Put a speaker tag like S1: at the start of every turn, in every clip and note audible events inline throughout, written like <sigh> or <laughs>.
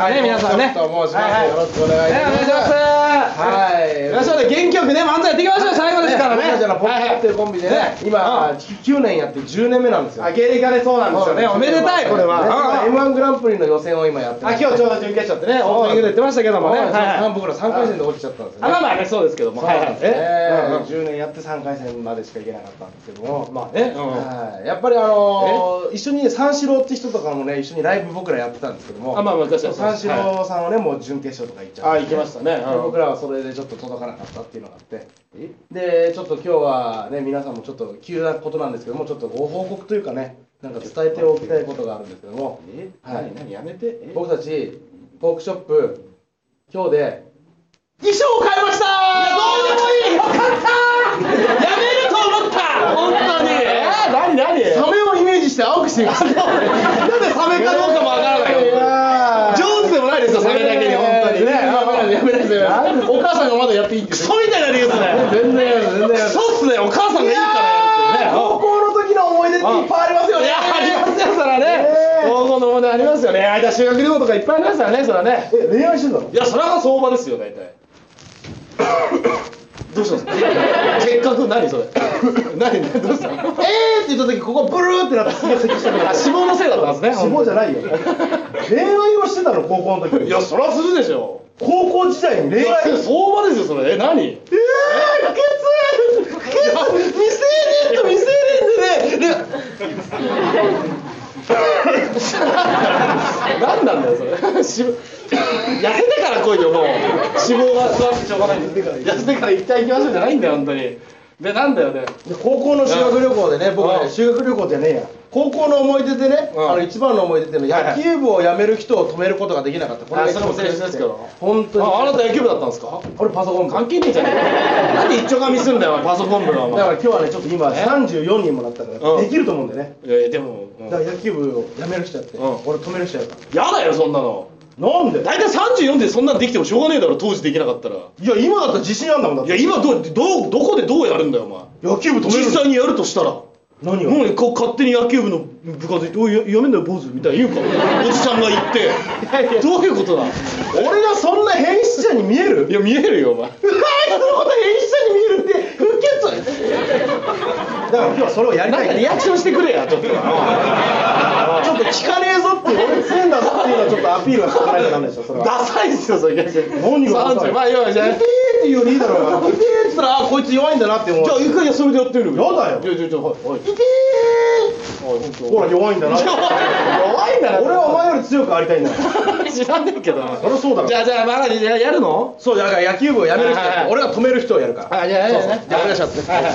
S1: ねはい
S2: と申します、
S1: はい
S2: よろしくお願い
S1: ね
S2: し
S1: お
S2: ます
S1: 願いします
S2: はい
S1: 皆さんで元気よくね漫才やっていきましょう最後ですからね
S2: 僕たちのポップやってるコンビでね、
S1: はいはい
S2: 今、
S1: うん
S2: 9年やって10年目なんですよ
S1: あ芸歴がねそうなんですよねおめでたいこれはうん
S2: m 1グランプリの予選を今やって
S1: あ今日ちょうど準決勝ってねオープニングで言ってましたけどもねはいはい
S2: 僕ら3回戦で落ちちゃったんですよ
S1: あまあまあねそうですけどもはいはいえ
S2: え
S1: うんうん
S2: 10年やって3回戦までしか行けなかったんですけども、
S1: まあねうん
S2: はいやっぱりあのー一緒に三四郎って人とかもね一緒にライブ僕らやってたんですけども
S1: あまあまあ確かに
S2: 三四郎さんはねもう準決勝とか行っちゃ
S1: あ
S2: って
S1: 行きましたね
S2: で
S1: うん
S2: 僕らはそれでちょっと届かなかったっていうのがあってでちょっと今日はね皆さんもちょっと急なことなんですけどもちょっとご報告というかねなんか伝えておきたいことがあるんですけども
S1: え
S2: はい
S1: 何何やめてえ
S2: 僕たちポークショップ今日で衣装を変えました
S1: どうでもいいよかったやめると思った本当にえー何何
S2: サメをイメージして青くしてみました
S1: なんでサメかどうかもわからないよ上手でもないですよサメだけに本当にね
S2: やめないでやめないでお母さんがまだやっていいって
S1: クソみたいな理由っすね
S2: 全然やめない全然やめ
S1: ク
S2: ない
S1: ソっすねお母さんがいるからやるっていうねうん
S2: 高校の時の思い出っていっぱいありますよ
S1: い
S2: ね
S1: やありますよそらね
S2: え
S1: 高校のものありますよね間修学旅行とかいっぱいありますよねそらね
S2: え恋愛してたの
S1: いやそれが相場ですよ大 <laughs> 体どうしたんですか結核何それ <laughs> 何何どうしたの
S2: えーって言った時ここブルーってなってすげえ咳したから
S1: あ脂肪のせいだったんですね
S2: 脂肪じゃないよ恋愛をしてたの高校の時
S1: いやそらするでしょ
S2: 高校時代に
S1: い
S2: 恋
S1: や相
S2: 愛
S1: 場ですよそれえ何
S2: えー、ケツケツ未成年と未成年でねで
S1: 何なんだよそれ脂肪痩せてから来いよもう脂肪が座ってしょうがないんで痩せてから一体行きましょうじゃないんだよ本当にでなんだよね
S2: で高校の修学旅行でね僕
S1: う
S2: ね
S1: ん
S2: 修学旅行じゃねえや高校の思い出でね、
S1: うん
S2: あの一番の思い出っていうの
S1: はいは
S2: はい野球部を辞める人を止めることができなかったこ
S1: あ
S2: が
S1: それも青春ですけど
S2: 本当に
S1: ああなた野球部だったんですか
S2: 俺パソコン部だ
S1: 関係ねえじゃねえかなんで一丁紙すんだよお前パソコン部のお
S2: から
S1: 前
S2: 今日はねちょっと今
S1: え
S2: 34人もらったから、
S1: うん
S2: できると思うんだよね
S1: いやいやでも、うん
S2: だから野球部を辞める人やって、
S1: うん
S2: 俺止める人やった
S1: やだよそんなの
S2: なんで
S1: 大体34でそんなんできてもしょうがねえだろ当時できなかったらい
S2: いや今だったら自信あんだもんだって
S1: や今どうどうどこでどうやるんだよお
S2: 野球部止
S1: 前実
S2: めるの
S1: 際にやるとしたら
S2: 何を、
S1: もうこう勝手に野球部の部活行って「おいややめんなよ坊主」みたいに言うからおじさんが言ってどういうことだ
S2: 俺がそんな変質者に見える
S1: いや見えるよお <laughs> 前
S2: うわあいつのこと変質者に見えるって不潔だから今日はそれをやり
S1: な
S2: た
S1: んか
S2: い
S1: リアクションしてくれやちょっと
S2: ちょっと聞かねえぞっていう俺強いんだぞっていうのをちょっとアピールはしておかないとなんないでしょそれ
S1: <laughs>
S2: は
S1: ダサいっすよそれ逆に
S2: 何がダサい
S1: 30まあいやいや
S2: ピー
S1: じ
S2: っていうよりいいだろうなピーって言ったらあこいつ弱いんだなって思う
S1: ゃあ一回それでやってみる
S2: やだよ
S1: じゃあじゃあじゃあはいはい
S2: ピ
S1: はい本当
S2: ーほら弱いんだ
S1: <laughs>
S2: なって
S1: 弱いんだな
S2: 俺はお前より強くありたいんだよ
S1: 知らねえけど
S2: そりゃそうだろ
S1: じゃあじゃあまだややるの
S2: そうだから野球部をやめる人
S1: はいはいはい
S2: 俺が止める人をやるから
S1: あじゃあやるね
S2: じゃあお願いします
S1: はいはいはい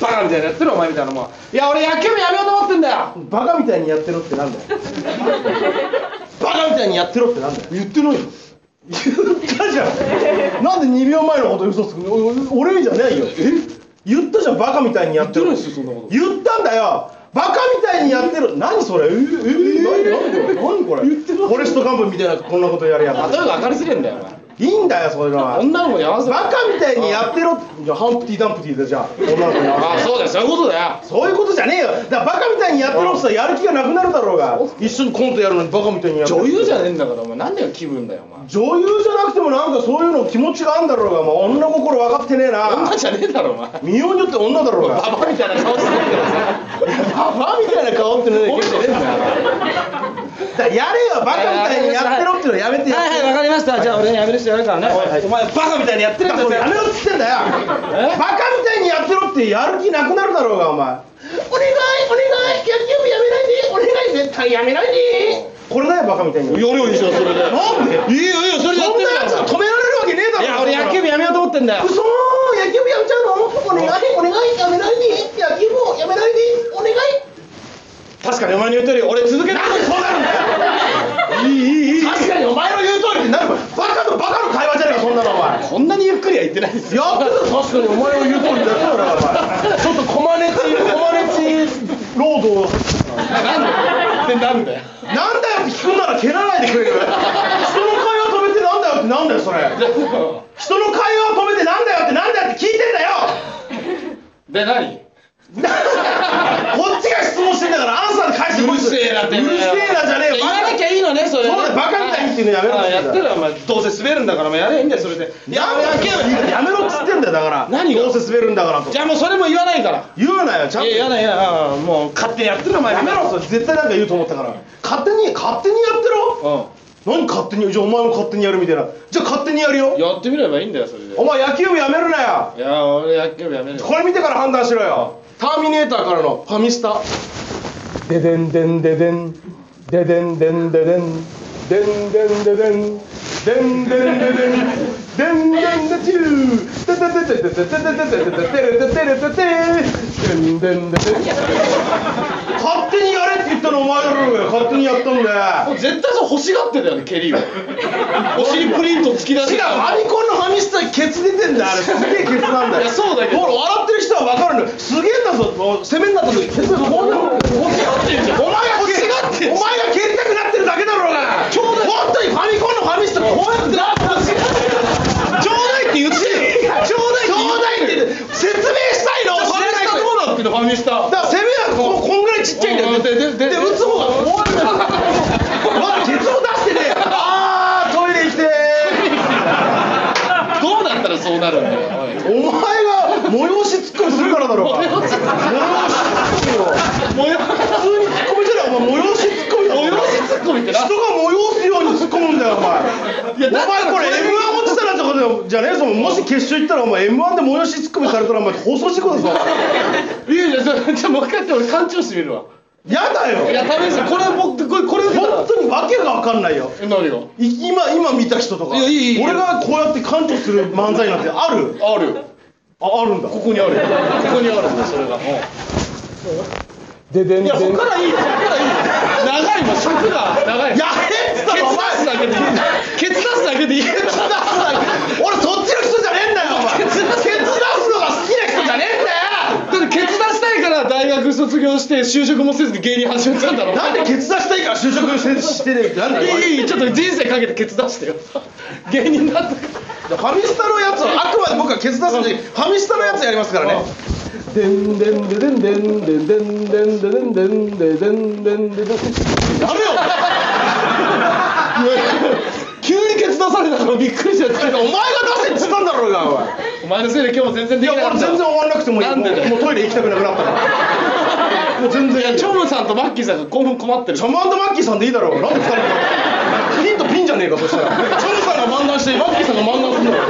S1: バカみたいなやってるお前みたいなもんいや俺野球部やめようと思ってんだよ
S2: バカみたいにやってろってなんだよバカみたいにやってろってなんだよ
S1: 言ってないよ
S2: 言ったじゃんなんで2秒前のこと嘘つくのおお俺じゃないよえ言ったじゃんバカみたいにやって
S1: 言って
S2: る
S1: ないですよそんなこと
S2: 言ったんだよバカみたいにやってる何それえええ何何何これ
S1: 言ってない
S2: フォレストガンプみたいなこんなことやるや
S1: 例えば明かりすぎんだよ
S2: ついいんだよそういうの
S1: お
S2: は
S1: 前女の子に合わせろ
S2: バカみたいにやってろじゃあハンプティ・ダンプティだじゃあ女の子に合わせ
S1: ああそうだよそういうことだよ
S2: そういうことじゃねえよだからバカみたいにやってろってさやる気がなくなるだろうが一緒にコントやるのにバカみたいにやってる
S1: 女優じゃねえんだからお前何だよ気分だよお前
S2: 女優じゃなくてもなんかそういうの気持ちがあるんだろうがもう女心分かってねえな
S1: 女じゃねえだろお前バ
S2: 見ようによって女だろうが
S1: バみたいな顔してるけどさ
S2: ババみたいな顔ってね
S1: 本じゃねえんだよ
S2: だからやれよバカみたいにやってろっていうのやめてよ
S1: はいはいわかりましたじゃあ俺やめる人やるからね
S2: はいはい
S1: お前バカみたいにやってるん
S2: だ
S1: だ
S2: から
S1: よ
S2: もうやめろっつってんだよバカみたいにやってろってやる気なくなるだろうがお前お願いお願い野球部やめないでお願い絶対やめないでこれだよバカみたいに
S1: やるよいいじゃんそれで
S2: なんで
S1: いいよいいよそれでやっ
S2: そ
S1: て
S2: ん
S1: みろ
S2: な
S1: よ
S2: やつは止
S1: い
S2: められるわけねえだろ
S1: や俺野球部やめようと思ってんだよ
S2: うそー野球部やめちゃうのお願いお願いやめないで野球部をやめないでお願い
S1: 確かにお前の言う通り俺続けたい
S2: そうなるんだよいいいいいい確かにお前の言う通りになるわバカとバカの会話じゃねえかそんなのお前
S1: こんなにゆっくりは言ってないですよ
S2: やってる確かにお前の言う通りだよなお前ちょっとコマネチコマネチ労働
S1: なんでなんだよ
S2: なんだよって聞くんなら蹴らないでくれる人の会話止めてなんだよってなんだよそれ人の会話を止めてなんだよってなんだよって聞いてんだよ
S1: で何
S2: こっちが質問してんだからアンサーで返して
S1: うるせえな
S2: うるせえなじゃねえよ
S1: 言わなきゃいいのねそれ
S2: そうだよバカみたいにっていうのやめろっつ
S1: あ
S2: って
S1: やっ
S2: んだ
S1: たらお前どうせ滑るんだからお前やれいいんだよそれで
S2: やめろやめろっつってんだよだから
S1: 何が
S2: どうせ滑るんだからと
S1: じゃあもうそれも言わないから
S2: 言うなよちゃんと
S1: いや言わない言わないああもう勝手にやってるお前
S2: やめろそれ絶対なんか言うと思ったから勝手に勝手にやってろ
S1: う
S2: 何勝手にじゃあお前も勝手にやるみたいなじゃあ勝手にやるよ
S1: んやってみればいいんだよそれで
S2: お前野球部やめるなよ
S1: いや俺野球部やめるよ
S2: これ見てから判断しろよターミネーターからのファミスタデデンデンデデンデデンデンデデンデンデンデデンデンデンデデンデンデンデチューテテテテテテテテテテテテレテテレテテデンデンデデン勝手にやれって言ったのお前だろうが勝手にやったんだよ
S1: もう絶対そう欲しがってたよね蹴りをお尻プリント突き出し
S2: 違
S1: て
S2: うファミコンのファミスタにケツ出てんだよあれすげえケツなんだよ
S1: いやそうだけど
S2: ほら笑ってる人は分かるんだよすげえんだぞもう攻めになった時ケツがこうなる
S1: 欲しがってんじゃん
S2: お前が欲しがってお前が蹴りたくなってるだけだろうがちょうど本当にファミコンのファミスタこうやってなって欲しがってるちょうだいって言ってるちょうだいって言ってる説明したいの
S1: ファミスタどうなってんのファミスタ
S2: だから攻めはこうこんぐらいちっちゃいんだよ
S1: ででで
S2: で打つ方がこうやってまだケツを出してねあートイレ行きて
S1: どうなったらそうなるんだよおい
S2: ーお前が催しツッコミするからだろうが催しツッコミを
S1: もや
S2: 普通にツッコミじゃないお前催しツッコミだろ
S1: 催しツッコミって
S2: 人
S1: な
S2: が催すように突っ込むんだよお前
S1: いやだ
S2: お
S1: から
S2: 前これ
S1: これ
S2: m 1落ちたらってことじゃねえぞもし決勝行ったらお前 m 1で催し突っ込みされたらお前放送事故だぞ
S1: いやいやじゃあじゃあもう一回やって俺勘違いしてみるわ
S2: やだ
S1: いや
S2: よ
S1: 試してこれ僕これこれ
S2: 本当に訳が分かんないよ
S1: え何が
S2: い今今見た人とか
S1: いやいいいい
S2: 俺がこうやって感動する漫才なんてある
S1: あるよ
S2: ああるんだ
S1: ここにあるよここにあるんだよそれがも
S2: ででん
S1: ういやそっからいいよそっからいいよ長いもん尺が長い
S2: やれっつったらお前
S1: ケツ出すだけでいいケツ出すだけでいい
S2: ケツ出すな俺そっちの人じゃねえんだよお前ケツ出すのが好きな人じゃねえんだよ
S1: だってケツ出したいから大学卒業して就職もせずに芸人始めたんだろ
S2: なんでケツ出したいから就職せしてねえなんだよお前
S1: いいいいちょっと人生かけてケツ出してよ芸人だったから
S2: ファミスタのやつはあくまで僕はケツ出すんでファミスタのやつやりますからねでんでんででんでんでんでんでんでんでんでんでんでんでんでんやめよ
S1: 急にケツ出されたからびっくりしちゃって
S2: お前が出せっつったんだろうがお前
S1: お前のせいで今日も全然
S2: い
S1: でき
S2: や
S1: なか
S2: 俺
S1: った
S2: 全然終わんなくてもいい
S1: なんでだよ
S2: もうもうトイレ行きたくなくなったからもう全然
S1: いや
S2: いい
S1: チ
S2: よ
S1: ョムさんとマッキーさんが興奮困ってる
S2: チョムマッキーさんでいいだろうなんで二人でピンとピンじゃねえかそしたらチョムさんが漫談してマッキーさんが漫談するんだろ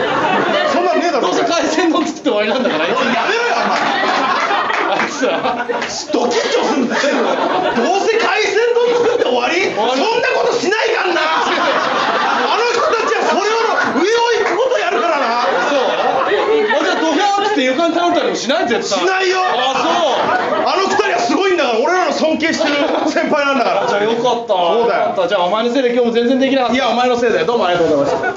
S2: そんなんねえだ
S1: ど
S2: ろ
S1: うせ海鮮丼作って終わりなんだからあいつ
S2: やめろよお前
S1: あいつら
S2: ドキッとすんだよどうせ海鮮丼作って終わり
S1: わり
S2: そんなことしないからなあの人たちはそれを上を行くことやるからな
S1: そう俺はドヒャーって床に倒れたりもしない絶対
S2: しないよ
S1: あ
S2: あの二人はすごいんだから俺らの尊敬してる先輩なんだか
S1: そうじゃあ
S2: ら
S1: よかった
S2: そうだよ
S1: よかったじゃあお前のせいで今日も全然できなかった
S2: いやお前のせいだよどうもありがとうございました